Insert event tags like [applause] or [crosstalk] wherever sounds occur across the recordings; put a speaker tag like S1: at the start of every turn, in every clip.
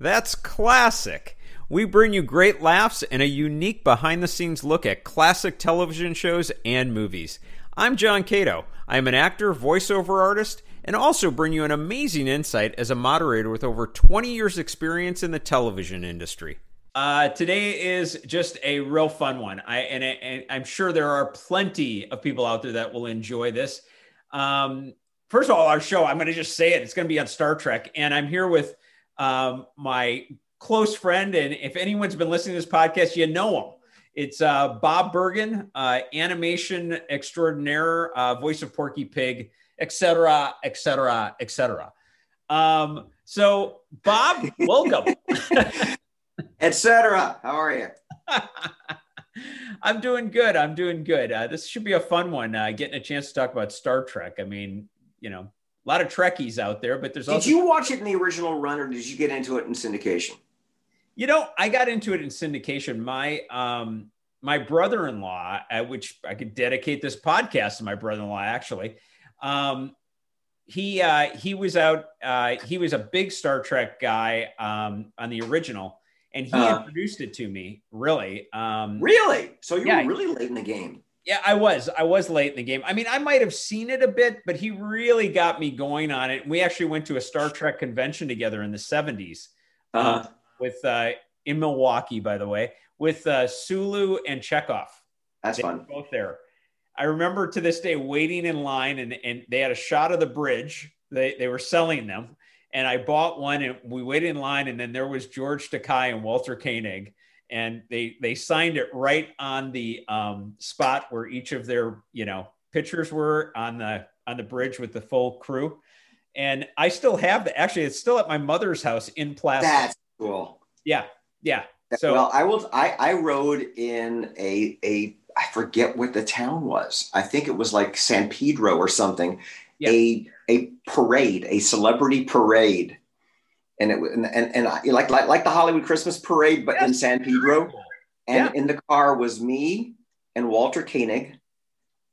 S1: That's classic. We bring you great laughs and a unique behind the scenes look at classic television shows and movies. I'm John Cato. I'm an actor, voiceover artist, and also bring you an amazing insight as a moderator with over 20 years' experience in the television industry. Uh, today is just a real fun one. I and, I and I'm sure there are plenty of people out there that will enjoy this. Um, first of all, our show, I'm going to just say it. It's going to be on Star Trek, and I'm here with um, my close friend. And if anyone's been listening to this podcast, you know him. It's uh, Bob Bergen, uh, animation extraordinaire, uh, voice of Porky Pig, et cetera, et cetera, et cetera. Um, so, Bob, welcome.
S2: etc. How are you?
S1: I'm doing good. I'm doing good. Uh, this should be a fun one. Uh, getting a chance to talk about Star Trek. I mean, you know, a lot of Trekkies out there, but there's
S2: Did
S1: also
S2: you watch it in the original run, or did you get into it in syndication?
S1: You know, I got into it in syndication. My um my brother-in-law, at which I could dedicate this podcast to my brother-in-law actually. Um he uh he was out uh he was a big Star Trek guy um on the original and he
S2: Uh-huh.
S1: introduced it to me, really. Um
S2: Really? So you
S1: Yeah.
S2: were really late in the game.
S1: Yeah, I was. I was late in the game. I mean, I might have seen it a bit, but he really got me going on it. We actually went to a Star Trek convention together in the 70s
S2: Uh,
S1: with uh in Milwaukee, by the way, with uh Sulu and Chekhov.
S2: that's
S1: they
S2: fun.
S1: were both there. I remember to this day waiting in line and and they had a shot of the bridge. They they were selling them. And I bought one and we waited in line and then there was George Takai and Walter Koenig. And they they signed it right on the um, spot where each of their, you know, pictures were on the on the bridge with the full crew. And I still have the actually it's still at my mother's house in plastic.
S2: That's cool.
S1: yeah. Yeah. So
S2: well, I will. I I rode in a a I forget what the town was. I think it was like San Pedro or something.
S1: Yeah.
S2: A a parade, a celebrity parade, and it wa- and and, and I, like, like like the Hollywood Christmas parade, but in
S1: Yes.
S2: San Pedro. And in the car was me and Walter Koenig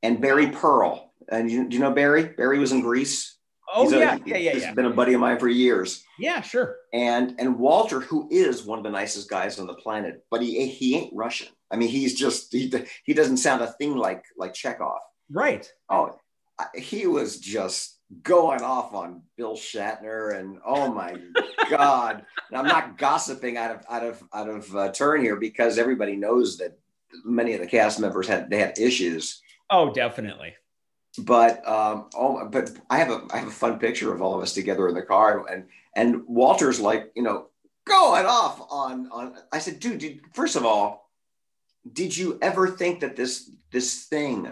S2: and Barry Pearl. And you, do you know Barry? Barry was in Greece.
S1: Oh
S2: He's a-
S1: yeah, yeah, yeah,
S2: He's
S1: yeah.
S2: been a buddy of mine for years.
S1: Yeah, sure.
S2: And and Walter, who is one of the nicest guys on the planet, but he he ain't Russian. I mean, he's just he, he doesn't sound a thing like like Chekhov.
S1: Right.
S2: Oh, I- he was just going off on Bill Shatner, and oh my god! And I'm not gossiping out of out of out of uh, turn here because everybody knows that many of the cast members had they had issues.
S1: Oh, definitely.
S2: But um, oh, but I have a I have a fun picture of all of us together in the car, and and Walter's like you know going off on on. I said, dude, did, first of all, did you ever think that this this thing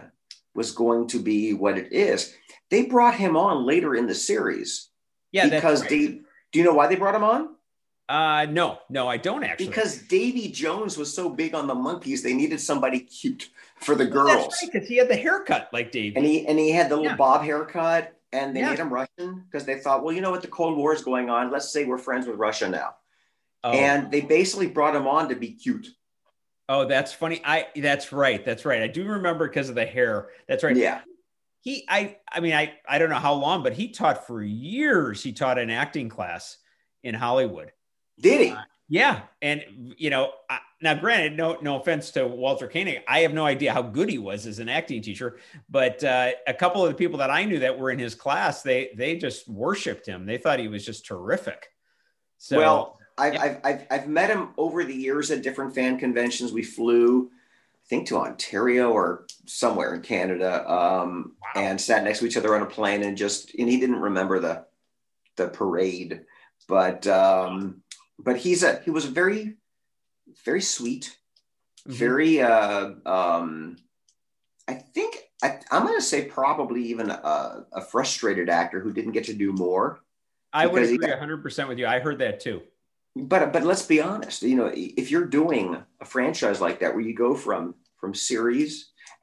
S2: was going to be what it is? They brought him on later in the series
S1: Yeah,
S2: because
S1: that's right.
S2: Dave. Do you know why they brought him on?
S1: uh, no, no, I don't actually.
S2: Because Davy Jones was so big on the monkeys, they needed somebody cute for the
S1: Oh,
S2: girls.
S1: that's right, because he had the haircut like Dave.
S2: and he and he had the little
S1: Yeah.
S2: bob haircut and they
S1: Yeah.
S2: made him russian because they thought well you know what the cold war is going on let's say we're friends with russia now
S1: oh,
S2: and they basically brought him on to be cute
S1: oh, that's funny. I that's right, that's right. I do remember because of the hair. That's right.
S2: yeah
S1: He, I, I mean, I, I don't know how long, but he taught for years. He taught an acting class in Hollywood.
S2: did he
S1: Yeah, and you know, I, now granted, no no offense to Walter Koenig, I have no idea how good he was as an acting teacher, but uh, a couple of the people that I knew that were in his class, they they just worshipped him. They thought he was just terrific. So
S2: well I've,
S1: yeah.
S2: I've, I've, I've met him over the years at different fan conventions we flew i think to ontario or somewhere in canada um,
S1: Wow.
S2: and sat next to each other on a plane and just and he didn't remember the the parade but um, but he's a he was a very very sweet
S1: Mhm.
S2: very uh um i think I, i'm gonna say probably even a, a frustrated actor who didn't get to do more
S1: I would
S2: because he
S1: agree 100 percent with you. I heard that too.
S2: but but let's be honest you know if you're doing a franchise like that where you go from from series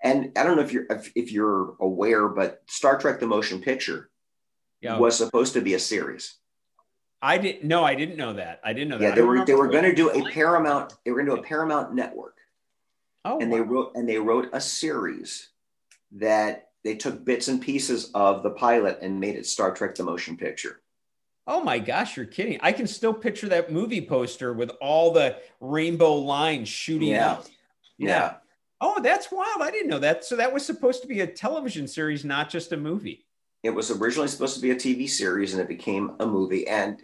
S2: and i don't know if you're if, if you're aware but star trek the motion picture
S1: Yeah,
S2: was supposed to be a series
S1: I didn't. No, I didn't know that. I didn't know
S2: yeah
S1: that.
S2: they
S1: I
S2: were they
S1: remember-
S2: were going to do a paramount they were going to do a paramount network
S1: Oh,
S2: and they
S1: wow.
S2: wrote and they wrote a series that they took bits and pieces of the pilot and made it Star Trek the motion picture.
S1: Oh my gosh, you're kidding. I can still picture that movie poster with all the rainbow lines shooting
S2: Yeah.
S1: out.
S2: Yeah.
S1: Oh, that's wild. I didn't know that. So that was supposed to be a television series, not just a movie.
S2: It was originally supposed to be a TV series and it became a movie. And,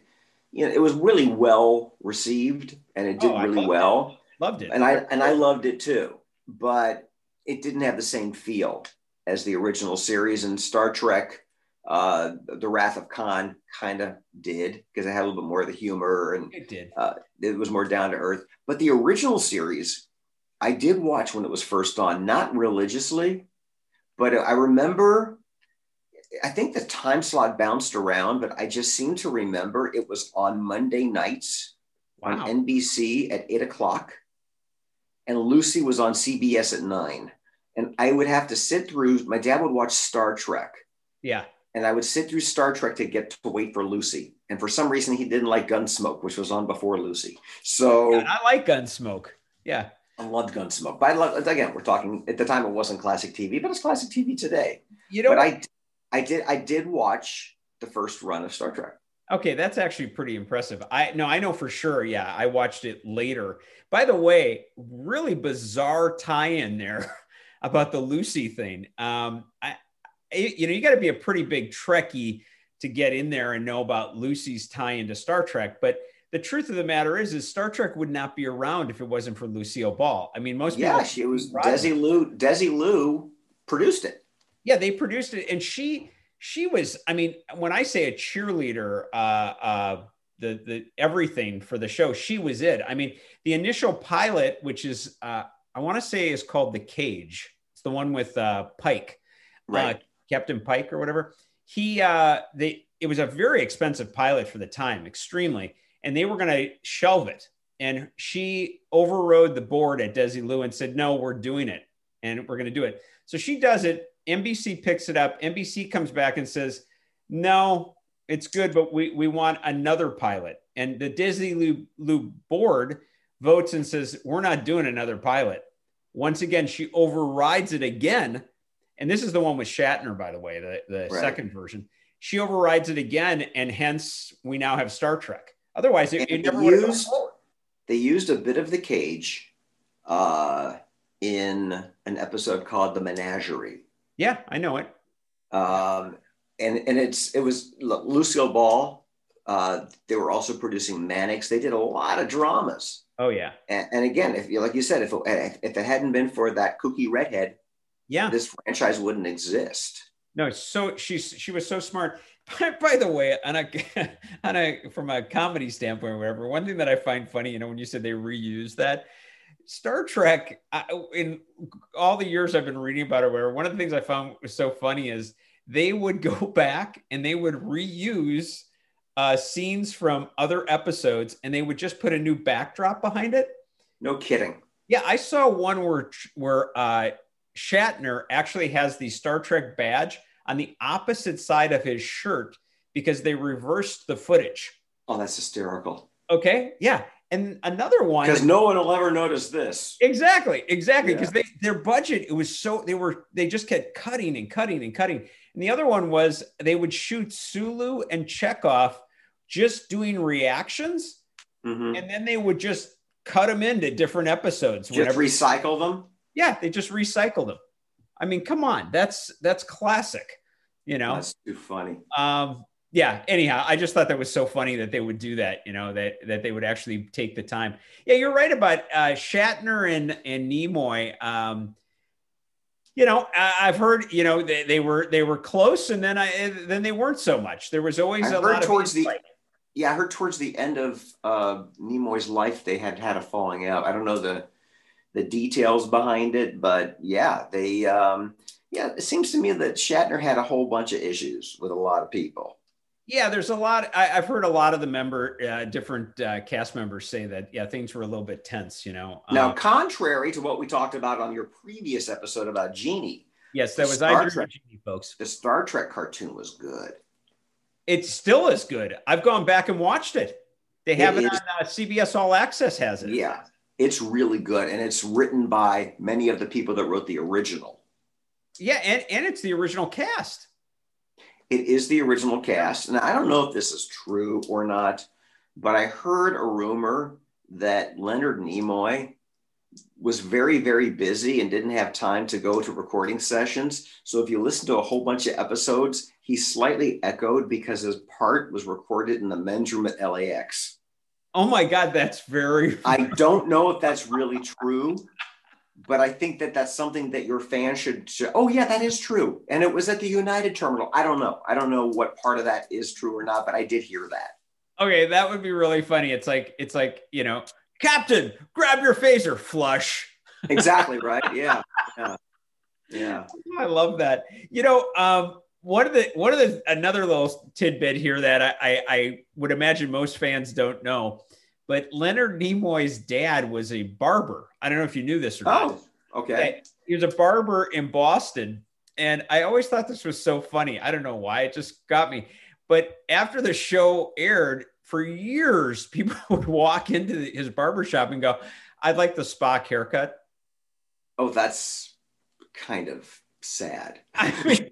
S2: you know, it was really well received and it did
S1: Oh, I
S2: really
S1: love
S2: well.
S1: Loved it.
S2: and I and I loved it too, but it didn't have the same feel as the original series. And Star Trek, uh, The Wrath of Khan, kind of did because it had a little bit more of the humor and
S1: it did.
S2: it was more down to earth. But the original series, I did watch when it was first on, not religiously, but I remember. I think the time slot bounced around, but I just seem to remember it was on Monday nights on
S1: Wow.
S2: NBC at eight o'clock, and Lucy was on CBS at nine. And I would have to sit through. My dad would watch Star Trek,
S1: Yeah.
S2: and I would sit through Star Trek to get to wait for Lucy. And for some reason, he didn't like Gunsmoke, which was on before Lucy. So
S1: And I like Gunsmoke. Yeah.
S2: I loved Gunsmoke. But I love again, we're talking at the time it wasn't classic TV, but it's classic TV today.
S1: You know,
S2: But I, I did, I did watch the first run of Star Trek.
S1: Okay, that's actually pretty impressive. I no, I know for sure. Yeah, I watched it later. By the way, really bizarre tie-in there [laughs] about the Lucy thing. Um, I, I- you know, you got to be a pretty big Trekkie to get in there and know about Lucy's tie-in to Star Trek. But the truth of the matter is, is Star Trek would not be around if it wasn't for Lucille Ball. I mean, most
S2: Yeah,
S1: people
S2: she was
S1: Right.
S2: Desi Lou. Desi Lou produced it.
S1: yeah they produced it and she she was i mean when i say a cheerleader uh uh the the everything for the show she was it i mean the initial pilot which is uh i want to say is called the cage it's the one with uh pike uh, captain pike or whatever he uh they it was a very expensive pilot for the time extremely and they were going to shelve it and she overrode the board at desi lou and said no we're doing it and we're going to do it so she does it. NBC picks it up. NBC comes back and says, "No, it's good, but we we want another pilot." And the Disney Lou, Lou board votes and says, "We're not doing another pilot." Once again, she overrides it again, and this is the one with Shatner, by the way, the the
S2: Right.
S1: second version. She overrides it again, and hence we now have Star Trek. Otherwise, it, it
S2: And
S1: never would have gone
S2: used-
S1: forward.
S2: they used a bit of the cage uh, in an episode called the menagerie
S1: Yeah, I know it.
S2: um, and and it's it was Lu- lucille ball uh, they were also producing Mannix. They did a lot of dramas.
S1: Oh yeah,
S2: And, and again, if you like you said, if it, if it hadn't been for that kooky redhead,
S1: yeah.
S2: this franchise wouldn't exist.
S1: No, so she's she was so smart. [laughs] By, by the way, on a [laughs] on a from a comedy standpoint, or whatever. One thing that I find funny, you know, when you said they reuse that Star Trek, I, in all the years I've been reading about it, whatever. One of the things I found was so funny is they would [laughs] go back and they would reuse uh, scenes from other episodes, and they would just put a new backdrop behind it.
S2: No kidding.
S1: Yeah, I saw one where where uh, Shatner actually has the Star Trek badge on the opposite side of his shirt because they reversed the footage.
S2: Oh, that's hysterical.
S1: Okay, yeah, and another one
S2: Because no one will ever notice this.
S1: Exactly, exactly.
S2: Yeah.
S1: Because they their budget it was so they were they just kept cutting and cutting and cutting. And the other one was they would shoot Sulu and Chekhov just doing reactions,
S2: Mhm.
S1: and then they would just cut them into different episodes
S2: Just recycle them.
S1: yeah, they just recycled them. I mean, come on, that's that's classic, you know.
S2: That's too funny.
S1: Um, yeah. Anyhow, I just thought that was so funny that they would do that. You know that that they would actually take the time. Yeah, you're right about uh, Shatner and and Nimoy. Um, you know, I, I've heard you know they, they were they were close, and then I and then they weren't so much. There was always a
S2: I've heard
S1: lot
S2: towards
S1: of
S2: the- Yeah, I heard towards the end of uh, Nimoy's life they had had a falling out. I don't know the the details behind it, but yeah, they um, yeah. It seems to me that Shatner had a whole bunch of issues with a lot of people.
S1: Yeah, there's a lot. I, I've heard a lot of the member, uh, different uh, cast members say that. Yeah, things were a little bit tense. You know.
S2: now,
S1: Um,
S2: contrary to what we talked about on your previous episode about Genie,
S1: Yes, that was
S2: Star
S1: I Dream
S2: Trek.
S1: of Genie, folks.
S2: the Star Trek cartoon was good.
S1: It still is good. I've gone back and watched it. They
S2: It
S1: have it,
S2: is-
S1: on uh, CBS All Access. Has it?
S2: Yeah, it's really good, and it's written by many of the people that wrote the original.
S1: yeah, and and it's the original cast.
S2: It is the original cast. And I don't know if this is true or not, but I heard a rumor that Leonard Nimoy was very, very busy and didn't have time to go to recording sessions. So if you listen to a whole bunch of episodes, he slightly echoed because his part was recorded in the men's room at LAX.
S1: Oh my God, that's very.
S2: I don't know if that's really true, but I think that that's something that your fans should, should. Oh yeah, that is true, and it was at the United terminal. I don't know. I don't know what part of that is true or not, but I did hear that.
S1: Okay, that would be really funny. It's like it's like you know, Captain, grab your phaser, flush. [laughs]
S2: Exactly right. [laughs] Yeah. yeah. Yeah.
S1: I love that. You know, um, one of the one of the another little tidbit here that I, I, I would imagine most fans don't know, but Leonard Nimoy's dad was a barber. I don't know if you knew this or
S2: not. Oh, okay.
S1: He was a barber in Boston, and I always thought this was so funny. I don't know why it just got me. But after the show aired, for years [laughs] people would walk into the, his barber shop and go, "I'd like the Spock haircut." [laughs]
S2: Oh, that's kind of sad.
S1: I mean,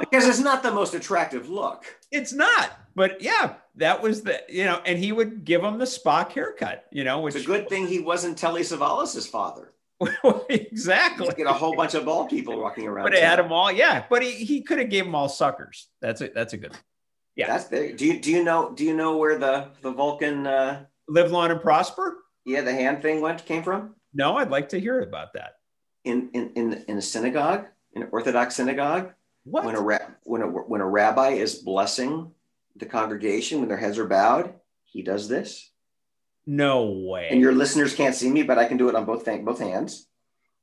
S2: because it's not the most attractive look.
S1: It's not, but yeah, that was the you know, and he would give him the Spock haircut, you know. Which
S2: It's a good thing he wasn't Telly Savalas' father.
S1: [laughs] exactly.
S2: You get a whole bunch of bald people walking around.
S1: But it had
S2: town.
S1: them all, yeah. But he, he could have gave them all suckers. That's it. That's a good one. yeah.
S2: That's big. Do you do you know do you know where the the Vulcan uh,
S1: live long and prosper.
S2: yeah the hand thing went came from
S1: No, I'd like to hear about that.
S2: in in in, in a synagogue in an Orthodox synagogue
S1: What?
S2: when a ra- when a when a rabbi is blessing the congregation when their heads are bowed he does this
S1: no way.
S2: and your listeners can't see me but I can do it on both hand, both hands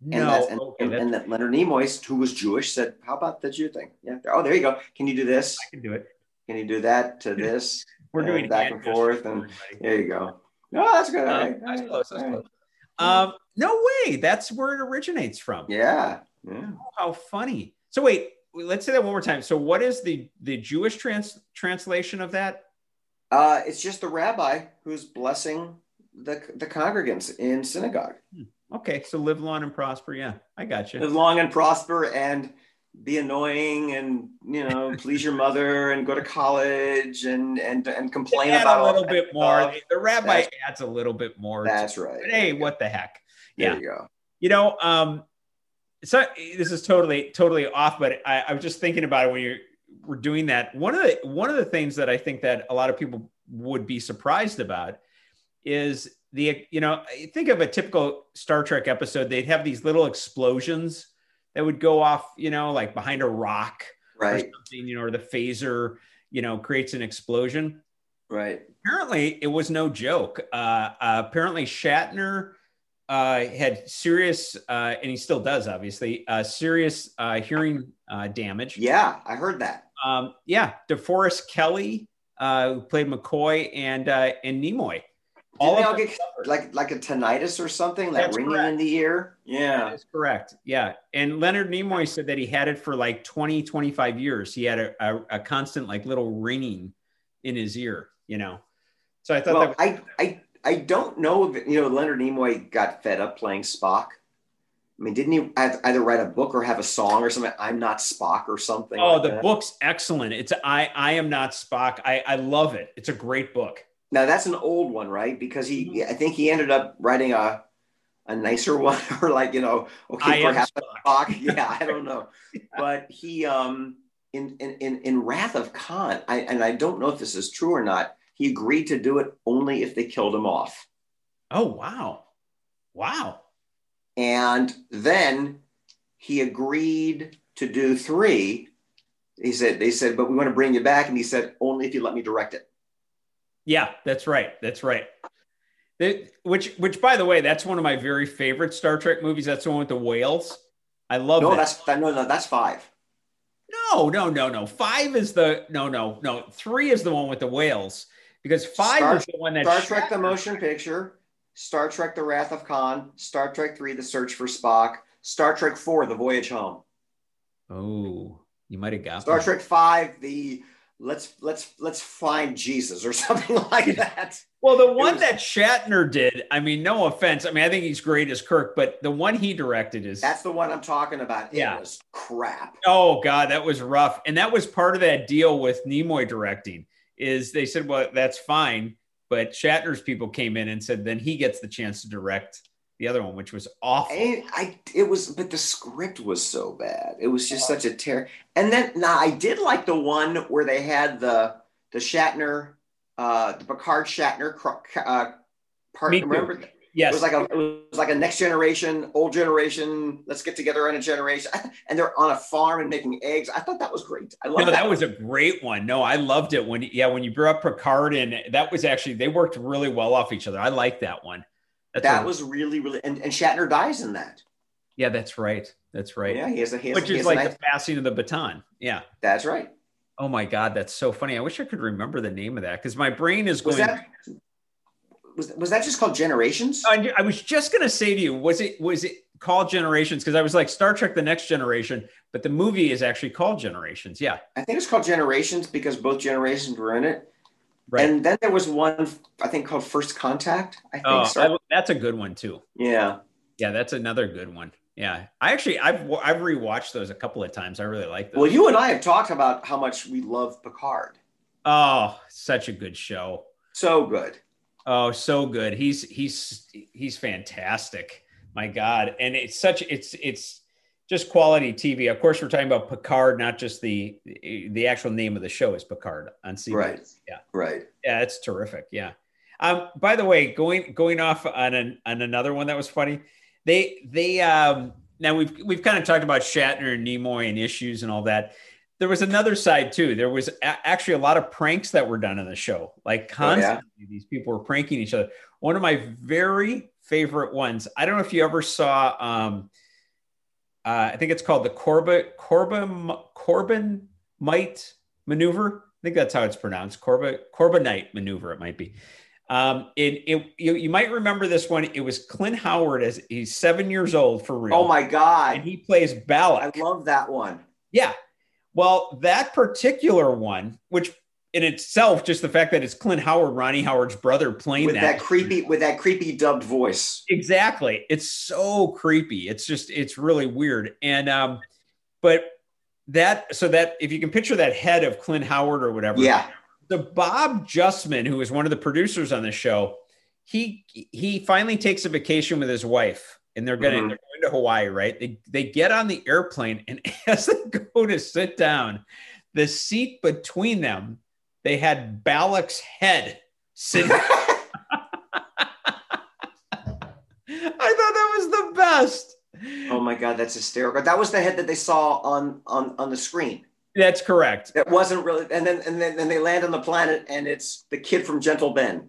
S2: and
S1: no.
S2: that's- and,
S1: okay,
S2: and-
S1: that's-
S2: and that Leonard Nimoy who was Jewish said how about the Jew thing yeah oh there you go can you do this
S1: I can do it.
S2: can you do that to this
S1: We're
S2: uh,
S1: doing
S2: back
S1: hand
S2: and forth
S1: gestures,
S2: and
S1: everybody.
S2: there you go no that's good all
S1: Um,
S2: right,
S1: that's
S2: all
S1: close. That's
S2: all right.
S1: close. Um, no way. That's where it originates from.
S2: yeah yeah
S1: Oh, how funny. So wait, let's say that one more time. So what is the the Jewish trans translation of that?
S2: Uh, it's just the rabbi who's blessing the the congregants in synagogue.
S1: Okay, so live long and prosper. Yeah, I got
S2: Live
S1: you.
S2: long and prosper, and be annoying, and you know, [laughs] please your mother, and go to college, and and and complain
S1: Add
S2: about
S1: a
S2: all
S1: little
S2: that
S1: bit
S2: stuff.
S1: more. The rabbi
S2: That's-
S1: adds a little bit more. to-
S2: That's right.
S1: but hey, what the heck?
S2: There
S1: yeah.
S2: you go.
S1: You know, um, so this is totally totally off, but I, I was just thinking about it when you were doing that. One of the one of the things that I think that a lot of people would be surprised about is the you know think of a typical Star Trek episode. They'd have these little explosions that would go off, you know, like behind a rock or
S2: Right.
S1: something, you know, or the phaser, you know, creates an explosion
S2: Right.
S1: apparently it was no joke. Uh, uh, apparently Shatner uh, had serious, uh, and he still does, obviously, uh, serious uh, hearing uh, damage.
S2: Yeah, I heard that.
S1: Um, yeah. DeForest Kelly, uh, who played McCoy and uh, and Nimoy,
S2: All they
S1: of
S2: all
S1: them
S2: get
S1: suffered.
S2: like like a tinnitus or something, like
S1: That's
S2: ringing
S1: correct.
S2: in the ear.
S1: That
S2: Yeah.
S1: is correct. Yeah. And Leonard Nimoy said that he had it for like 20, 25 years. He had a, a, a constant like little ringing in his ear, you know? So I thought that
S2: Well,
S1: was,
S2: I I I don't know if you know Leonard Nimoy got fed up playing Spock. I mean, didn't he eith- either write a book or have a song or something? I'm not Spock or something.
S1: Oh,
S2: like
S1: the
S2: that?
S1: book's excellent. It's I I am not Spock. I I love it. It's a great book.
S2: Now that's an old one, right? Because he,
S1: Mm-hmm.
S2: I think he ended up writing a a nicer [laughs] one, or like you know,
S1: I
S2: okay,
S1: am
S2: perhaps
S1: Spock.
S2: [laughs] Spock. Yeah, I don't know, but he um in in in, in Wrath of Khan, I, and I don't know if this is true or not. He agreed to do it only if they killed him off.
S1: Oh wow, wow.
S2: And then he agreed to do three. He said, they said, but we want to bring you back. And he said, only if you let me direct it.
S1: Yeah, that's right. That's right. They- which which by the way, that's one of my very favorite Star Trek movies. That's the one with the whales. I love
S2: no,
S1: that.
S2: that's that, no, no, that's five.
S1: no, no, no, no. Five is the no, no, no. Three is the one with the whales because five
S2: Star-
S1: is the one that
S2: Star Trek the
S1: Shatner-
S2: motion picture, Star Trek the Wrath of Khan, Star Trek Three, The Search for Spock, Star Trek Four, The Voyage Home,
S1: Oh, you might have got
S2: Star
S1: me.
S2: Trek Five, The let's let's let's find Jesus or [laughs] something like that.
S1: Well, the one was, that Shatner did, I mean, no offense. I mean, I think he's great as Kirk, but the one he directed is
S2: that's the one I'm talking about.
S1: Yeah.
S2: crap.
S1: Oh God, that was rough. And that was part of that deal with Nimoy directing, is they said, Well, that's fine. But Shatner's people came in and said then he gets the chance to direct the other one, which was awful.
S2: I, I it was, but the script was so bad. It was just oh. such a tear. And then now I did like the one where they had the the Shatner, uh, the Picard Shatner uh, part.
S1: Me
S2: remember? Too.
S1: Yes.
S2: It was like a it was like a next generation, old generation. Let's get together on a generation, and they're on a farm and making eggs. I thought that was great. I
S1: no, that, that was a great one. No, I loved it when yeah when you brought up Picard and that was actually they worked really well off each other. I like that one.
S2: That's that a, was really, really, and, and Shatner dies in that.
S1: Yeah, that's right. That's right.
S2: Yeah, he has a he has,
S1: which
S2: he
S1: is like nice... the passing of the baton. Yeah,
S2: that's right.
S1: Oh my God, that's so funny. I wish I could remember the name of that because my brain is
S2: was
S1: going.
S2: That, was, was that just called Generations?
S1: I, I was just gonna say to you, was it was it called Generations? Because I was like Star Trek: The Next Generation, but the movie is actually called Generations. Yeah,
S2: I think it's called Generations because both generations were in it. Right. And then there was one I think called First Contact. I think
S1: oh, so. that's a good one too.
S2: Yeah.
S1: Yeah, that's another good one. Yeah, I actually I've I've rewatched those a couple of times. I really like them.
S2: Well, you and I have talked about how much we love Picard.
S1: Oh, such a good show.
S2: So good.
S1: Oh, so good. He's he's he's fantastic. My God, and it's such it's it's just quality TV. Of course, we're talking about Picard, not just the the actual name of the show is Picard on CBS.
S2: Right.
S1: Yeah.
S2: Right.
S1: Yeah, it's terrific. Yeah. Um, by the way, going going off on an, on another one that was funny. They they um, now we've we've kind of talked about Shatner and Nimoy and issues and all that. There was another side too. There was a- actually a lot of pranks that were done on the show. Like constantly, oh, yeah. these people were pranking each other. One of my very favorite ones. I don't know if you ever saw. Um, uh, I think it's called the Corba Corba Corbin Might maneuver. I think that's how it's pronounced. Corba Corbinite maneuver. It might be. Um, it, it you, you, might remember this one. It was Clint Howard as he's seven years old for real.
S2: Oh my god!
S1: And he plays Balak.
S2: I love that one.
S1: Yeah. Well, that particular one, which in itself, just the fact that it's Clint Howard, Ronnie Howard's brother, playing
S2: with that, that, creepy with that creepy dubbed voice.
S1: Exactly, it's so creepy. It's just it's really weird. And um, but that so that if you can picture that head of Clint Howard or whatever,
S2: yeah.
S1: The Bob Justman, who is one of the producers on the show, he he finally takes a vacation with his wife, and they're gonna mm-hmm. they're going to Hawaii, right? They they get on the airplane, and [laughs] as they go to sit down. The seat between them they had Balak's head sitting. [laughs] I thought that was the best.
S2: Oh my god, that's hysterical. That was the head that they saw on on on the screen.
S1: That's correct. [laughs]
S2: That wasn't really and then and then and they land on the planet and it's the kid from Gentle Ben.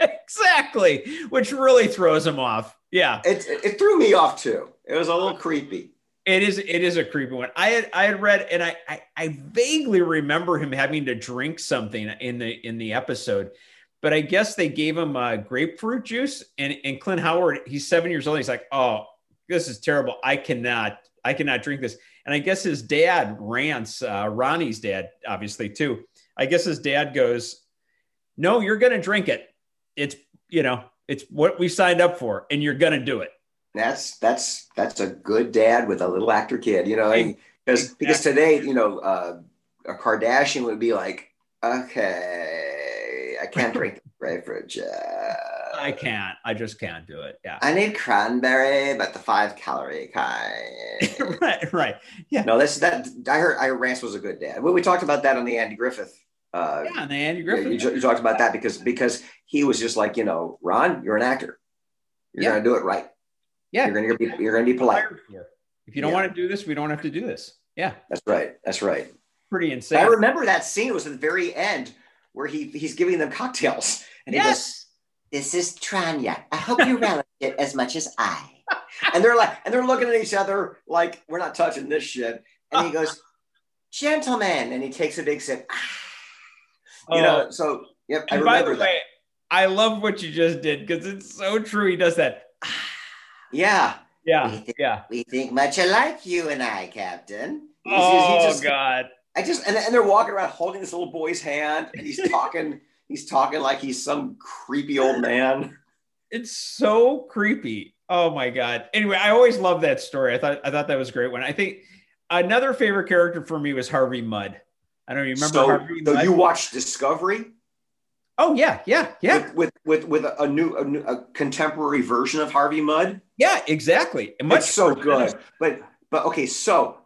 S1: exactly. Which really throws him off. Yeah.
S2: It it threw me off too. It was a little creepy
S1: it is it is a creepy one i had i had read and I, I, I vaguely remember him having to drink something in the in the episode but i guess they gave him uh, grapefruit juice and and clint howard he's seven years old he's like oh this is terrible i cannot i cannot drink this and i guess his dad rants uh, ronnie's dad obviously too i guess his dad goes no you're gonna drink it it's you know it's what we signed up for and you're gonna do it
S2: that's that's that's a good dad with a little actor kid you know because exactly. because today you know uh, a kardashian would be like okay i can't drink grapefruit juice
S1: i can't i just can't do it yeah
S2: i need cranberry but the five calorie kind
S1: [laughs] right right yeah
S2: no this that i heard i heard rance was a good dad well we talked about that on the andy griffith
S1: uh, yeah, on the Andy Griffith.
S2: You, you, talked about that because because he was just like you know, Ron, you're an actor. You're yeah. gonna do it right.
S1: Yeah,
S2: you're gonna be you're gonna be polite.
S1: If you don't yeah. want to do this, we don't have to do this. Yeah,
S2: that's right. That's right.
S1: Pretty insane.
S2: I remember that scene. It was at the very end where he he's giving them cocktails, and he
S1: yes.
S2: goes, "This is Tranya. I hope you relish it as much as I." and they're like, and they're looking at each other like we're not touching this shit. And he goes, "Gentlemen," and he takes a big sip. Ah. you know, so yep.
S1: Oh. And I remember by the that. way, I love what you just did because it's so true. He does that.
S2: Yeah.
S1: Yeah.
S2: We think,
S1: yeah.
S2: We think much alike, you and I, Captain.
S1: He's, oh he's just, God.
S2: I just and, and they're walking around holding this little boy's hand, and he's
S1: [laughs]
S2: talking. he's talking like he's some creepy old man.
S1: It's so creepy. Oh my god. Anyway, I always love that story. I thought I thought that was a great one. I think another favorite character for me was Harvey Mudd. I don't remember
S2: so,
S1: Harvey
S2: so
S1: Mudd.
S2: you watched Discovery
S1: oh yeah, yeah, yeah.
S2: with with with, with a, a new, a new a contemporary version of Harvey Mudd.
S1: yeah, exactly. And much
S2: it's so
S1: more than
S2: good. But but okay, so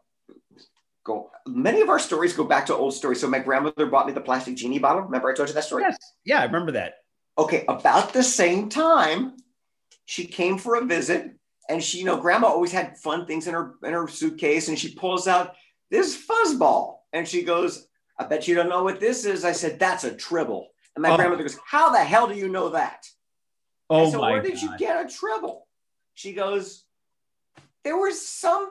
S2: go. Many of our stories go back to old stories. So my grandmother bought me the plastic genie bottle. Remember I told you that story?
S1: Yes. Yeah, I remember that.
S2: Okay, about the same time, she came for a visit, and she, you know, grandma always had fun things in her in her suitcase, and she pulls out this fuzzball, and she goes, "I bet you don't know what this is." I said, "That's a tribble," and my
S1: Oh.
S2: grandmother goes, "How the hell do you know that?" I
S1: Oh
S2: said,
S1: my
S2: where did you
S1: god.
S2: get a treble? She goes, there was some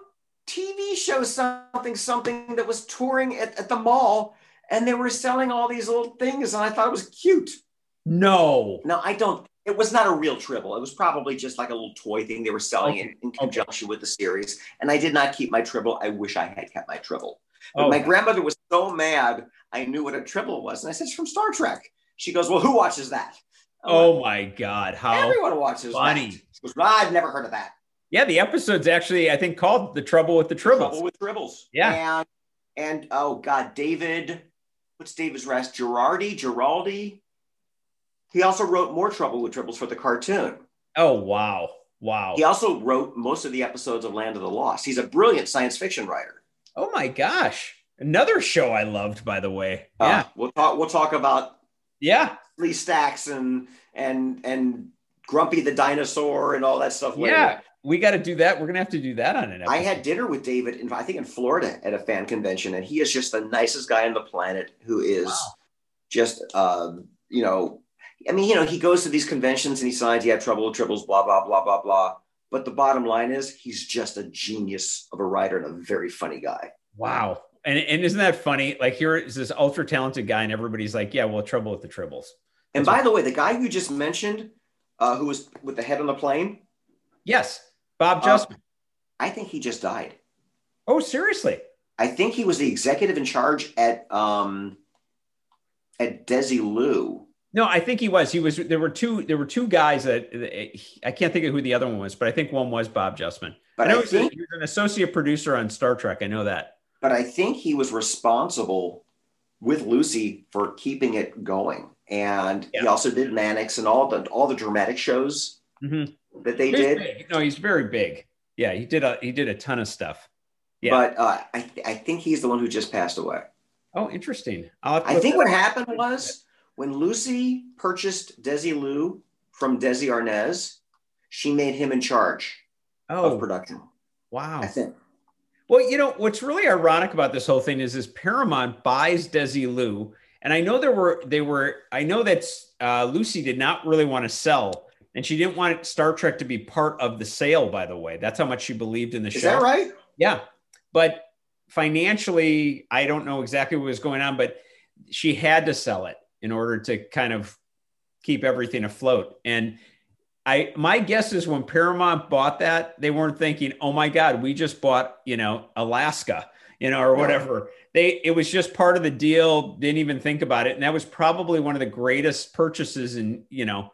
S2: TV show, something, something that was touring at, at the mall, and they were selling all these little things, and I thought it was cute.
S1: No.
S2: No, I don't. It was not a real treble. It was probably just like a little toy thing they were selling in, in conjunction with the series. And I did not keep my treble. I wish I had kept my treble. But
S1: Oh,
S2: my grandmother was so mad. I knew what a treble was, and I said, "It's from Star Trek." She goes, "Well, who watches that?" I'm like,
S1: oh my god. How
S2: Everyone watches
S1: funny.
S2: that. She goes, "Ah, I've never heard of that.
S1: Yeah, the episode's actually I think called The Trouble with the
S2: Trouble
S1: Tribbles.
S2: with Tribbles.
S1: Yeah.
S2: And, and oh God, David, what's David's last? Girardi, Giraldi. He also wrote more Trouble with Tribbles for the cartoon.
S1: Oh wow. Wow.
S2: He also wrote most of the episodes of Land of the Lost. He's a brilliant science fiction writer.
S1: Oh my gosh. Another show I loved by the way.
S2: Uh,
S1: Yeah.
S2: we'll talk. We'll talk about
S1: Yeah.
S2: Lee Stacks and and and Grumpy the dinosaur and all that stuff. later.
S1: Yeah. We got to do that. We're going to have to do that on an episode.
S2: I had dinner with David, in, I think in Florida at a fan convention, and he is just the nicest guy on the planet who is
S1: Wow.
S2: just, um, you know, I mean, you know, he goes to these conventions and he signs, he had trouble with tribbles, blah, blah, blah, blah, blah. But the bottom line is he's just a genius of a writer and a very funny guy.
S1: Wow. And, and isn't that funny? Like here is this ultra talented guy and everybody's like, yeah, well, trouble with the tribbles.
S2: And
S1: That's
S2: by
S1: right.
S2: the way, the guy you just mentioned, uh, who was with the head on the plane,
S1: Yes. Bob
S2: Uh,
S1: Justman.
S2: I think he just died.
S1: oh, seriously.
S2: I think he was the executive in charge at um, at Desilu.
S1: No, I think he was. He was, there were two, there were two guys that I can't think of who the other one was, but I think one was Bob Justman.
S2: But
S1: I know
S2: I
S1: he was a-
S2: think
S1: he was an associate producer on Star Trek. I know that.
S2: but I think he was responsible with Lucy for keeping it going. And he
S1: Yeah.
S2: also did Mannix and all the all the dramatic shows
S1: Mhm.
S2: that they
S1: He's
S2: did.
S1: big. No, he's very big. Yeah. He did a, he did a ton of stuff. yeah.
S2: But uh, I, th- I think he's the one who just passed away.
S1: Oh, interesting. I'll have to
S2: I
S1: look
S2: think
S1: that
S2: what
S1: up.
S2: happened was when Lucy purchased Desilu from Desi Arnaz, she made him in charge of
S1: Oh,
S2: production.
S1: wow.
S2: I think.
S1: Well, you know what's really ironic about this whole thing is is Paramount buys Desilu, and I know there were they were I know that uh, Lucy did not really want to sell, and she didn't want Star Trek to be part of the sale. By the way, that's how much she believed in the
S2: Is
S1: show.
S2: that right?
S1: Yeah, but financially, I don't know exactly what was going on, but she had to sell it in order to kind of keep everything afloat. And I, my guess is when Paramount bought that, they weren't thinking, "Oh my God, we just bought you know Alaska, you know, or
S2: No.
S1: whatever." They, it was just part of the deal. Didn't even think about it, and that was probably one of the greatest purchases in you know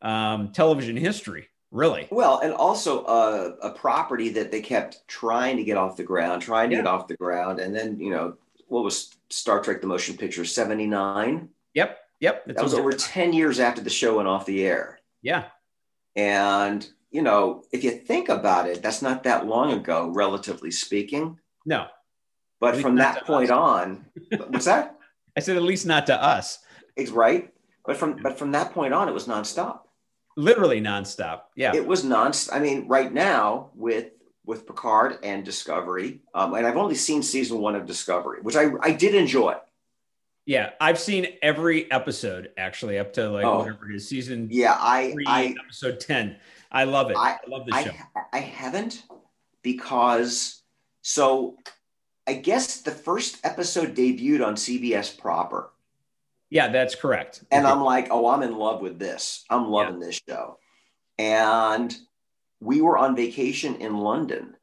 S1: um, television history, really.
S2: Well, and also uh, a property that they kept trying to get off the ground, trying to get off the ground, and then you know what was Star Trek: The Motion Picture seventy nine.
S1: Yep, yep.
S2: That was over ten years after the show went off the air,
S1: Yeah,
S2: and you know if you think about it, that's not that long ago, relatively speaking.
S1: no, At
S2: But
S1: least
S2: from
S1: not
S2: that
S1: to
S2: point
S1: us.
S2: on, what's that?
S1: I said at least not to us.
S2: It's right. But from but from that point on, it was nonstop.
S1: Literally nonstop. Yeah.
S2: it was non i mean right now with with picard and discovery um, and i've only seen season one of discovery which i i did enjoy
S1: yeah. I've seen every episode actually up to like
S2: Oh.
S1: whatever it is, season
S2: yeah i
S1: three,
S2: i
S1: episode 10. I love it. I,
S2: I-
S1: love the show.
S2: I, I haven't because so i guess the first episode debuted on cbs proper
S1: yeah, that's correct.
S2: and i'm like oh i'm in love with this i'm loving this show and we were on vacation in london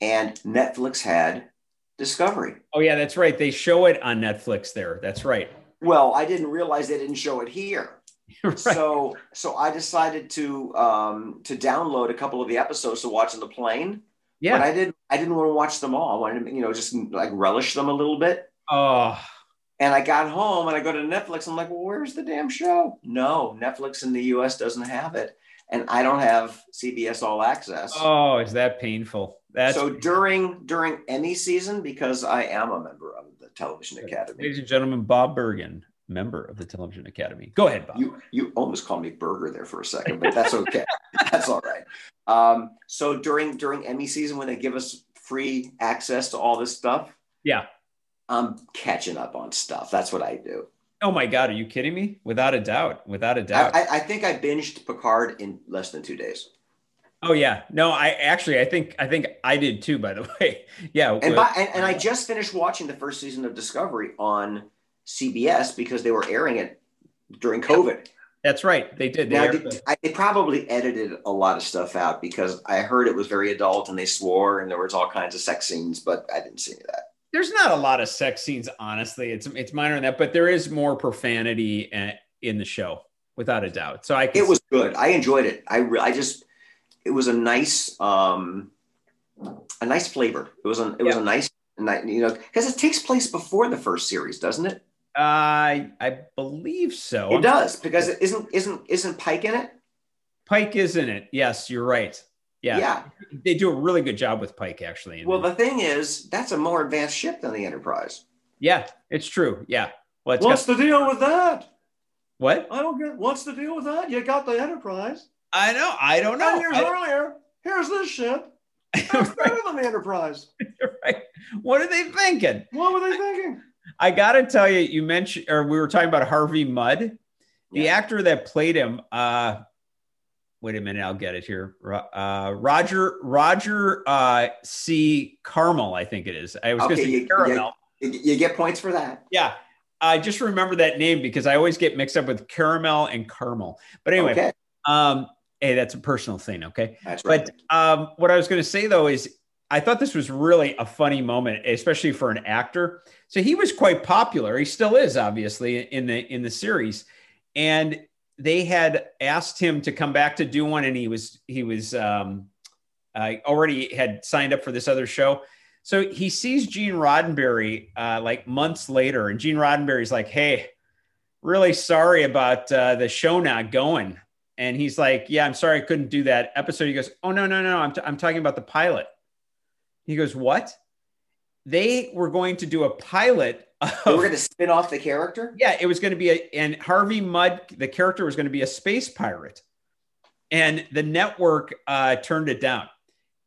S2: and netflix had Discovery.
S1: Oh yeah, that's right. They show it on Netflix there. That's right. [laughs]
S2: Well, I didn't realize they didn't show it here. right. So so I decided to um to download a couple of the episodes to watch on the plane.
S1: Yeah.
S2: But I didn't I didn't want to watch them all. I wanted to, you know, just like relish them a little bit.
S1: Oh.
S2: And I got home and I go to Netflix. I'm like, well, where's the damn show? No, Netflix in the US doesn't have it. And I don't have CBS All Access.
S1: Oh, is that painful? That's
S2: so during during Emmy season, because I am a member of the Television Academy.
S1: Ladies and gentlemen, Bob Bergen, member of the Television Academy. Go ahead, Bob.
S2: You you almost called me Burger there for a second, but that's okay. that's all right. Um, so during during Emmy season, when they give us free access to all this stuff,
S1: yeah,
S2: I'm catching up on stuff. That's what I do.
S1: Oh my god, are you kidding me? Without a doubt, without a doubt.
S2: I, I, I think I binged Picard in less than two days.
S1: Oh yeah, no, I actually I think I think I did too. By the [laughs] way, yeah,
S2: and by, and, and I just finished watching the first season of Discovery on CBS because they were airing it during COVID.
S1: That's right, they did. They,
S2: now, did, I, they probably edited a lot of stuff out because I heard it was very adult and they swore and there was all kinds of sex scenes, but I didn't see any of that
S1: there's not a lot of sex scenes honestly it's it's minor in that but there is more profanity eh, in the show without a doubt so i
S2: it was good i enjoyed it i re- i just it was a nice um a nice flavor it was a it was yeah. a nice you know because it takes place before the first series doesn't it
S1: uh, i believe so
S2: it Oh, I'm does because it isn't isn't isn't pike in it
S1: pike is in it yes you're right yeah.
S2: yeah.
S1: They do a really good job with Pike, actually.
S2: Well, the thing is, that's a more advanced ship than the Enterprise.
S1: Yeah, it's true. Yeah.
S2: Well, What's got- the deal with that?
S1: What?
S2: I don't get. What's the deal with that? You got the Enterprise.
S1: I know. I don't know.
S2: Ten years
S1: I-
S2: earlier, here's this ship. It's right. better than the Enterprise.
S1: right. [laughs] What are they thinking?
S2: What were they thinking?
S1: I gotta tell you, you mentioned, or we were talking about Harvey Mudd, the yeah. actor that played him. Uh, wait a minute, I'll get it here. Uh, Roger Roger uh, C. Carmel, I think it is. I was okay, going to say caramel.
S2: You, you, get points for that.
S1: Yeah, I just remember that name because I always get mixed up with caramel and Carmel. But anyway, okay. um, hey, that's a personal thing, okay?
S2: That's right.
S1: But um, what I was going to say though is. I thought this was really a funny moment, especially for an actor. So he was quite popular. He still is, obviously, in the in the series. And they had asked him to come back to do one and he was he was um uh, already had signed up for this other show so he sees gene roddenberry uh, like months later and gene roddenberry's like hey really sorry about uh, the show not going and he's like yeah i'm sorry i couldn't do that episode he goes oh no no no i'm, t- I'm talking about the pilot he goes what they were going to do a pilot
S2: they were going to spin off the character.
S1: Yeah, it was going to be a and Harvey Mudd, the character was going to be a space pirate, and the network uh, turned it down.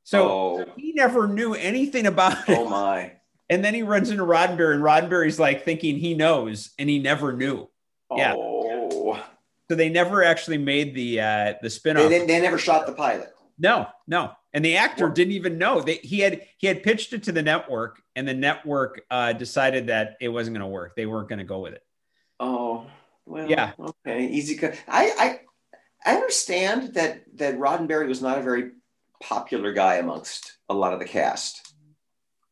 S1: So, oh. so he never knew anything about it.
S2: Oh my!
S1: And then he runs into Roddenberry, and Roddenberry's like thinking he knows, and he never knew. [laughs] Yeah.
S2: Oh.
S1: So they never actually made the uh, the spinoff.
S2: They, they, they never shot the pilot.
S1: No, no, and the actor what? didn't even know that he had he had pitched it to the network and the network uh, decided that it wasn't going to work they weren't going to go with it
S2: oh well
S1: yeah
S2: okay easy co- I, I i understand that that roddenberry was not a very popular guy amongst a lot of the cast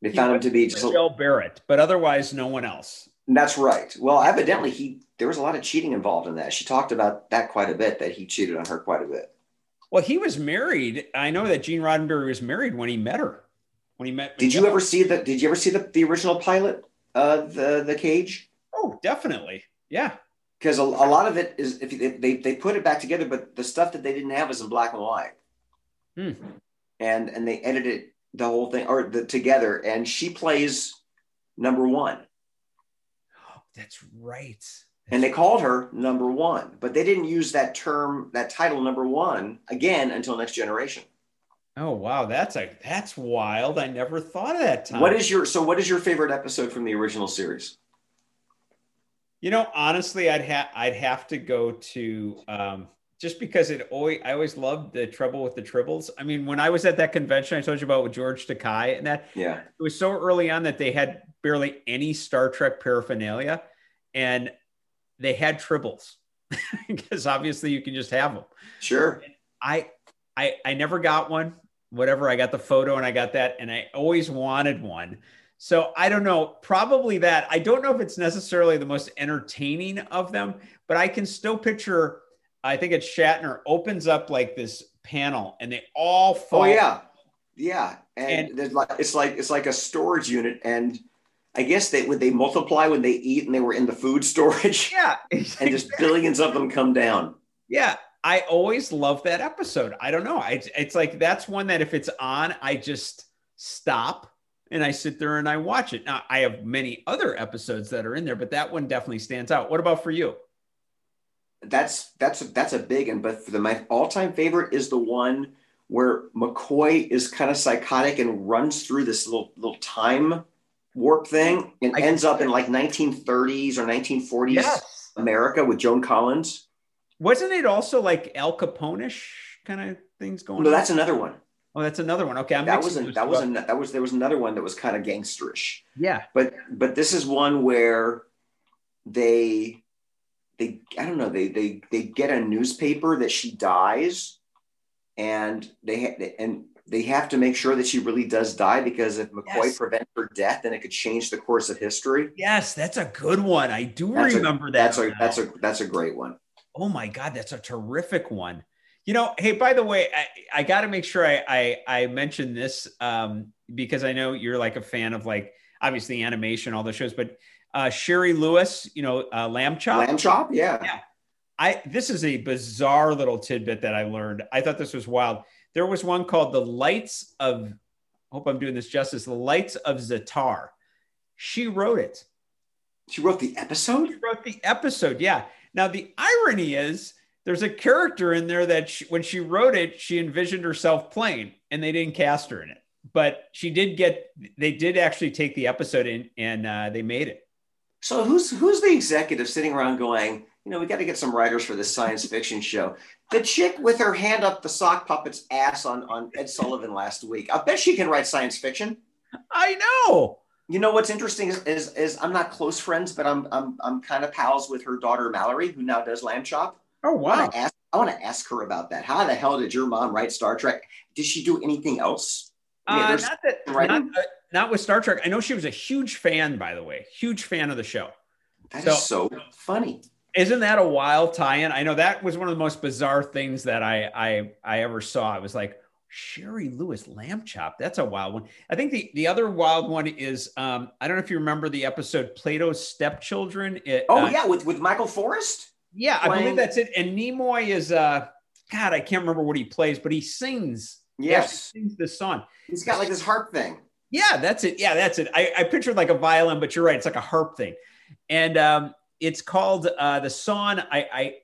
S2: they
S1: he
S2: found him to be just
S1: Bill barrett but otherwise no one else
S2: that's right well evidently he there was a lot of cheating involved in that she talked about that quite a bit that he cheated on her quite a bit
S1: well, he was married. I know that Gene Roddenberry was married when he met her. When he met.
S2: Did Michelle. you ever see the? Did you ever see the the original pilot? Uh, the the cage.
S1: Oh, definitely. Yeah.
S2: Because a, a, lot of it is if they they put it back together, but the stuff that they didn't have is in black and white.
S1: Hmm.
S2: And and they edited the whole thing or the together, and she plays number one.
S1: Oh, that's right.
S2: And they called her number one, but they didn't use that term, that title number one again until next generation.
S1: Oh wow, that's a that's wild. I never thought of that time.
S2: What is your so what is your favorite episode from the original series?
S1: You know, honestly, I'd have I'd have to go to um, just because it always I always loved the trouble with the tribbles. I mean, when I was at that convention I told you about with George Takai and that,
S2: yeah,
S1: it was so early on that they had barely any Star Trek paraphernalia. And they had tribbles [laughs] because obviously you can just have them.
S2: Sure.
S1: And I I I never got one. Whatever, I got the photo and I got that, and I always wanted one. So I don't know, probably that. I don't know if it's necessarily the most entertaining of them, but I can still picture, I think it's Shatner opens up like this panel and they all fall.
S2: Oh yeah. Yeah. And, and there's like it's like it's like a storage unit and I guess they would they multiply when they eat and they were in the food storage. [laughs]
S1: Yeah.
S2: Exactly. And just billions of them come down.
S1: Yeah. I always love that episode. I don't know. I, it's like that's one that if it's on, I just stop and I sit there and I watch it. Now, I have many other episodes that are in there, but that one definitely stands out. What about for you?
S2: That's that's that's a big one. But for the, my all-time favorite is the one where McCoy is kind of psychotic and runs through this little little time warp thing and I ends up in like 1930s or 1940s yes. America with Joan Collins.
S1: Wasn't it also like Al Capone-ish kind of things going
S2: no,
S1: on?
S2: No, that's another one.
S1: Oh, that's another one. Okay, I'm
S2: that was an, that was an, that was there was another one that was kind of gangsterish.
S1: Yeah,
S2: but but this is one where they they I don't know they they they get a newspaper that she dies, and they ha- and they have to make sure that she really does die because if McCoy yes. prevents her death, then it could change the course of history.
S1: Yes, that's a good one. I do that's remember
S2: a,
S1: that.
S2: That's now. a that's a that's a great one.
S1: Oh my god, that's a terrific one. You know, hey, by the way, I, I got to make sure I, I I mention this um, because I know you're like a fan of like obviously animation, all those shows, but uh, Sherry Lewis, you know, uh, Lamb Chop.
S2: Lamb Chop, yeah.
S1: Yeah. I this is a bizarre little tidbit that I learned. I thought this was wild. There was one called the Lights of. Hope I'm doing this justice. The Lights of Zatar. She wrote it.
S2: She wrote the episode.
S1: She wrote the episode. Yeah. Now the irony is there's a character in there that she, when she wrote it, she envisioned herself playing, and they didn't cast her in it. But she did get, they did actually take the episode in, and uh, they made it.
S2: So who's who's the executive sitting around going, you know, we got to get some writers for this science fiction show. The chick with her hand up the sock puppet's ass on on Ed Sullivan last week. I bet she can write science fiction.
S1: I know.
S2: You know what's interesting is, is, is I'm not close friends, but I'm I'm I'm kind of pals with her daughter Mallory, who now does lamb chop.
S1: Oh wow!
S2: I want to ask her about that. How the hell did your mom write Star Trek? Did she do anything else?
S1: I mean, uh, not, that, not, uh, not, with Star Trek. I know she was a huge fan, by the way, huge fan of the show.
S2: That so, is so funny.
S1: Isn't that a wild tie-in? I know that was one of the most bizarre things that I I I ever saw. I was like, Sherry Lewis lamb chop. That's a wild one. I think the the other wild one is um, I don't know if you remember the episode Plato's Stepchildren. It,
S2: oh uh, yeah, with with Michael Forrest.
S1: Yeah, playing. I believe that's it. And Nimoy is uh God, I can't remember what he plays, but he sings.
S2: Yes,
S1: he sings this song.
S2: He's got like this harp thing.
S1: Yeah, that's it. Yeah, that's it. I, I pictured like a violin, but you're right. It's like a harp thing, and um, it's called uh, the song. I,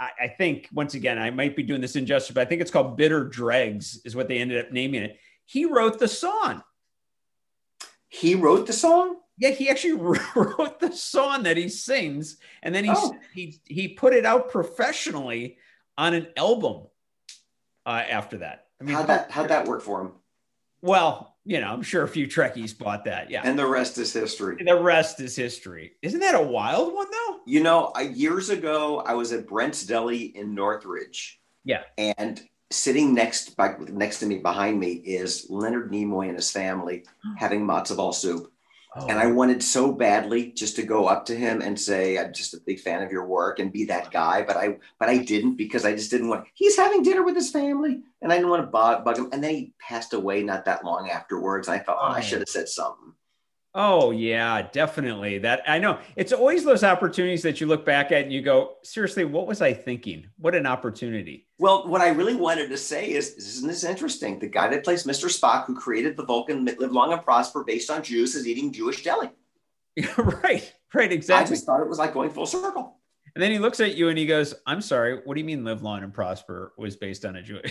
S1: I I think once again I might be doing this injustice, but I think it's called "Bitter Dregs" is what they ended up naming it. He wrote the song.
S2: He wrote the song.
S1: Yeah, he actually [laughs] wrote the song that he sings, and then he oh. he he put it out professionally on an album. Uh, after that,
S2: I mean, how'd that how'd that work for him?
S1: Well, you know, I'm sure a few Trekkies bought that. Yeah,
S2: and the rest is history.
S1: And the rest is history. Isn't that a wild one though?
S2: You know, uh, years ago, I was at Brent's Deli in Northridge.
S1: Yeah,
S2: and sitting next by next to me, behind me, is Leonard Nimoy and his family having matzo ball soup. Oh. And I wanted so badly just to go up to him and say, "I'm just a big fan of your work," and be that guy. But I, but I didn't because I just didn't want. He's having dinner with his family, and I didn't want to bug, bug him. And then he passed away not that long afterwards. I thought, oh, oh, I should have said something.
S1: Oh yeah, definitely. That I know. It's always those opportunities that you look back at and you go, "Seriously, what was I thinking? What an opportunity!" [laughs]
S2: Well, what I really wanted to say is, isn't this interesting? The guy that plays Mr. Spock, who created the Vulcan "Live Long and Prosper" based on Jews, is eating Jewish deli.
S1: Yeah, right, right, exactly. I
S2: just thought it was like going
S1: [laughs]
S2: full circle.
S1: And then he looks at you and he goes, "I'm sorry. What do you mean "Live Long and Prosper" was based on a [laughs] Jewish?"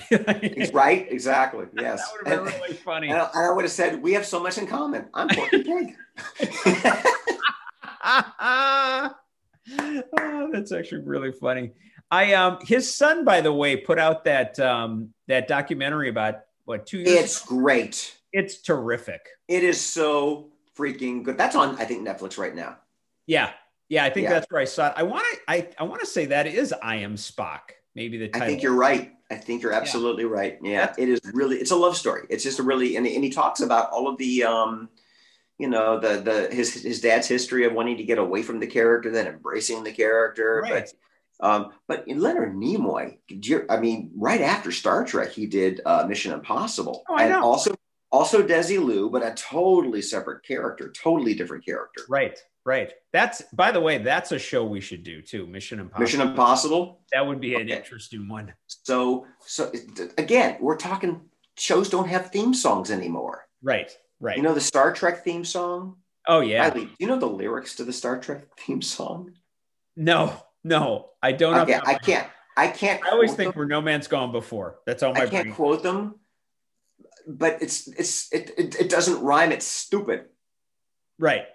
S2: right, exactly. Yes,
S1: that would have been really funny.
S2: And I, and I would have said, "We have so much in common. I'm Porky Pig."
S1: [laughs] oh, that's actually really funny. I um his son, by the way, put out that um that documentary about what two years.
S2: It's ago? great.
S1: It's terrific.
S2: It is so freaking good. That's on I think Netflix right now.
S1: Yeah, yeah, I think yeah. that's where I saw it. I want to I I want to say that is I am Spock. Maybe the title.
S2: I think you're right. I think you're absolutely yeah. right. Yeah, that's- it is really it's a love story. It's just a really and and he talks about all of the um you know the the his his dad's history of wanting to get away from the character, then embracing the character.
S1: Right.
S2: But um, but in Leonard Nimoy, do you- I mean, right after Star Trek, he did uh, Mission Impossible,
S1: Oh, I
S2: and
S1: know.
S2: also also Desilu, but a totally separate character, totally different character.
S1: Right, right. That's by the way, that's a show we should do too. Mission Impossible.
S2: Mission Impossible.
S1: that would be an
S2: Okay.
S1: interesting one.
S2: So so it- again, we're talking shows don't have theme songs anymore.
S1: Right, right.
S2: You know the Star Trek theme song.
S1: oh yeah.
S2: Riley, do you know the lyrics to the Star Trek [laughs] theme song?
S1: no, no, I don't. off
S2: Okay,
S1: top of my
S2: I
S1: head.
S2: can't. I can't.
S1: I always
S2: quote
S1: think
S2: them.
S1: where no man's gone before. That's all my
S2: I can't
S1: brain.
S2: quote them, but it's it's it, it it doesn't rhyme. It's stupid.
S1: Right.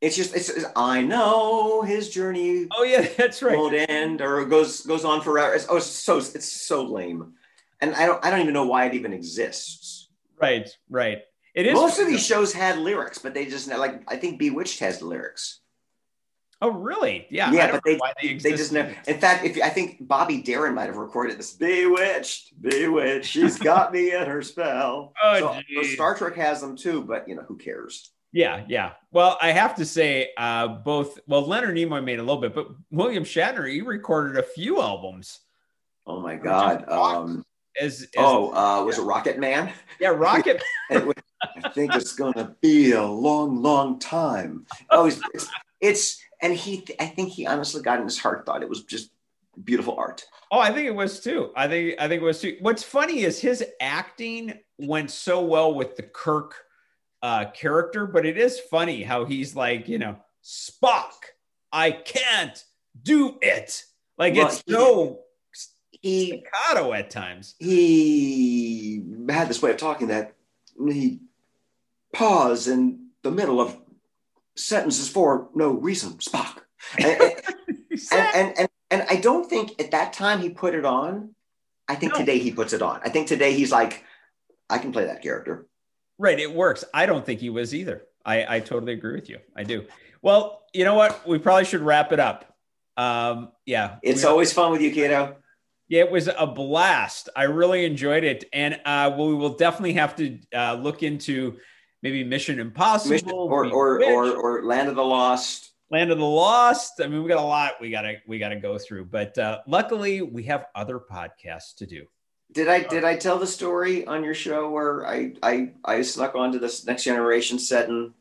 S2: It's just it's, it's- I know his journey
S1: Oh yeah, [laughs] that's right.
S2: won't end or goes goes on forever. It's, oh, it's so it's so lame, and I don't I don't even know why it even exists.
S1: Right, right. It is
S2: Most of these shows had lyrics, but they just like I think Bewitched has lyrics.
S1: Oh really? Yeah.
S2: Yeah,
S1: I don't
S2: but
S1: know
S2: they-
S1: why they
S2: They just never. In fact, if you- I think Bobby Darin might have recorded this, "Bewitched, Bewitched, she's got me in her spell."
S1: [laughs] Oh,
S2: So- so
S1: geez.
S2: Star Trek has them too, but you know who cares?
S1: Yeah, yeah. Well, I have to say, uh, both. Well, Leonard Nimoy made a little bit, but William Shatner, he recorded a few albums.
S2: Oh my God! Um,
S1: As, as
S2: oh, [laughs] uh, was it Rocket Man?
S1: yeah, Rocket.
S2: It was- I think it's gonna be a long, long time. Oh, it's, it's, it's and he. I think he honestly got in his heart thought it was just beautiful art.
S1: oh, I think it was too. I think I think it was too. What's funny is his acting went so well with the Kirk uh, character, but it is funny how he's like, you know, Spock, I can't do it. Like
S2: Well,
S1: it's
S2: he-
S1: so
S2: He
S1: staccato at times.
S2: he had this way of talking that he paused in the middle of sentences for no reason, Spock. And, and, and, and, and I don't think at that time he put it on. I think
S1: No.
S2: today he puts it on. I think today he's like, I can play that character.
S1: Right, it works. I don't think he was either. I, I totally agree with you. I do. Well, you know what? We probably should wrap it up. Um, yeah,
S2: It's
S1: we-
S2: always fun with you, kiddo.
S1: yeah, it was a blast. I really enjoyed it, and uh, we will definitely have to uh, look into maybe Mission Impossible
S2: Mission- or, or,
S1: Bewitched,
S2: or, or Land of the Lost.
S1: Land of the Lost. I mean, we got a lot we gotta we gotta go through, but uh, luckily we have other podcasts to do.
S2: Did
S1: Uh,
S2: I did I tell the story on your show where I I, I snuck onto this next generation set and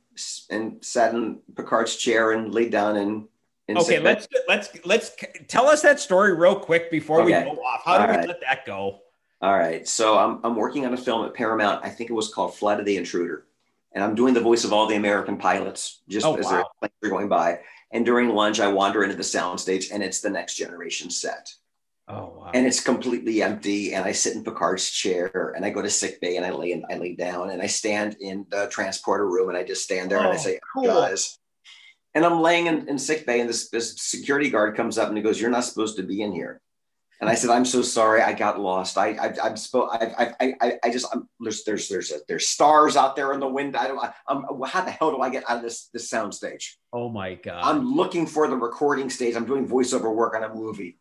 S2: and sat in Picard's chair and laid down and and
S1: Okay,
S2: said-
S1: let's let's let's tell us that story real quick before we
S2: Okay.
S1: go off. How do
S2: All
S1: we
S2: right.
S1: let that go?
S2: all right. So I'm I'm working on a film at Paramount. I think it was called Flight of the Intruder, and I'm doing the voice of all the American pilots just
S1: Oh,
S2: as
S1: wow.
S2: they're- like, they're going by. And during lunch, I wander into the soundstage, and it's the next generation set.
S1: Oh wow.
S2: and it's completely empty. And I sit in Picard's chair, and I go to sick bay, and I lay and I lay down, and I stand in the transporter room, and I just stand there, and I
S1: Oh,
S2: say,
S1: cool.
S2: guys. And I'm laying in, in sick bay, and this, this security guard comes up and he goes, "You're not supposed to be in here." And I said, "I'm so sorry, I got lost. I, I I'm spo- I, I, I, I just I'm, there's there's there's a, there's stars out there in the window. I don't. I, I'm, how the hell do I get out of this this soundstage?
S1: Oh my god.
S2: I'm looking for the recording stage. I'm doing voiceover work on a movie.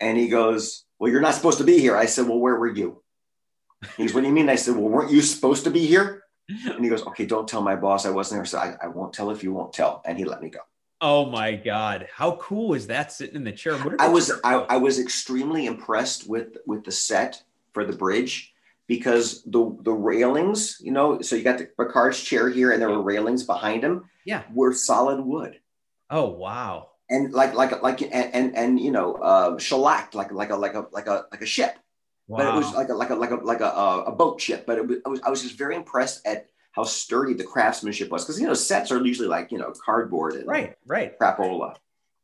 S2: And he goes, Well, you're not supposed to be here. I said, Well, where were you? He goes, What do you mean? I said, Well, weren't you supposed to be here? And he goes, Okay, don't tell my boss I wasn't there. So I, I won't tell if you won't tell. And he let me go.
S1: oh my god. How cool is that sitting in the chair? What did
S2: I
S1: the
S2: was
S1: chair
S2: I,
S1: feel?
S2: I was extremely impressed with with the set for the bridge because the the railings, you know, so you got the Picard's chair here and there were railings behind him.
S1: Yeah.
S2: Were solid wood.
S1: Oh wow.
S2: and like like like and and, and you know uh, shellacked like like a like a like a like a ship,
S1: Wow.
S2: but it was like a like a like a like a, uh, a boat ship. But it was, I was I was just very impressed at how sturdy the craftsmanship was because you know sets are usually like you know cardboard and
S1: right, right.
S2: crapola.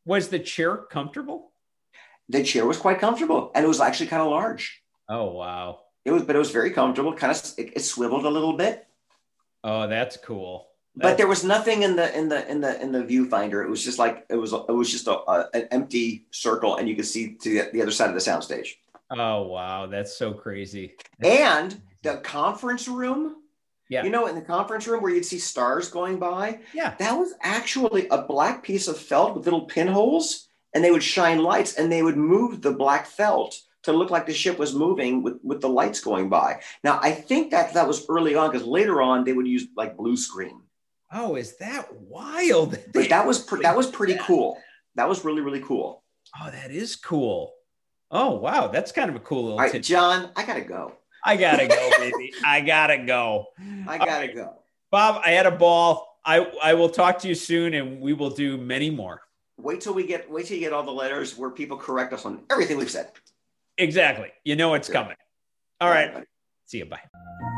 S1: Was the chair comfortable?
S2: The chair was quite comfortable and it was actually kind of large.
S1: Oh wow.
S2: It was but it was very comfortable. Kind of it, it swiveled a little bit,
S1: Oh, that's cool.
S2: but there was nothing in the in the in the in the viewfinder. It was just like it was it was just a, a an empty circle and you could see to the, the other side of the soundstage.
S1: oh wow, that's so crazy.
S2: and the conference room
S1: Yeah.
S2: you know in the conference room where you'd see stars going by
S1: Yeah.
S2: that was actually a black piece of felt with little pinholes and they would shine lights and they would move the black felt to look like the ship was moving with, with the lights going by now i think that that was early on because later on they would use like blue screen
S1: oh, is that wild? that they
S2: But that was pre-
S1: actually
S2: that was
S1: did
S2: pretty
S1: that?
S2: cool. That was really really cool.
S1: [laughs] Oh, that is cool. Oh, wow. That's kind of a cool little
S2: All right,
S1: tidbit.
S2: John, I gotta go.
S1: I gotta
S2: [laughs]
S1: go, baby. I gotta go.
S2: I gotta go.
S1: Bob, I had a ball. I, I will talk to you soon and we will do many more.
S2: Wait till we get wait till you get all the letters where people correct us on everything we've said.
S1: Exactly. You know it's
S2: Yeah.
S1: coming. All right. See you. Bye.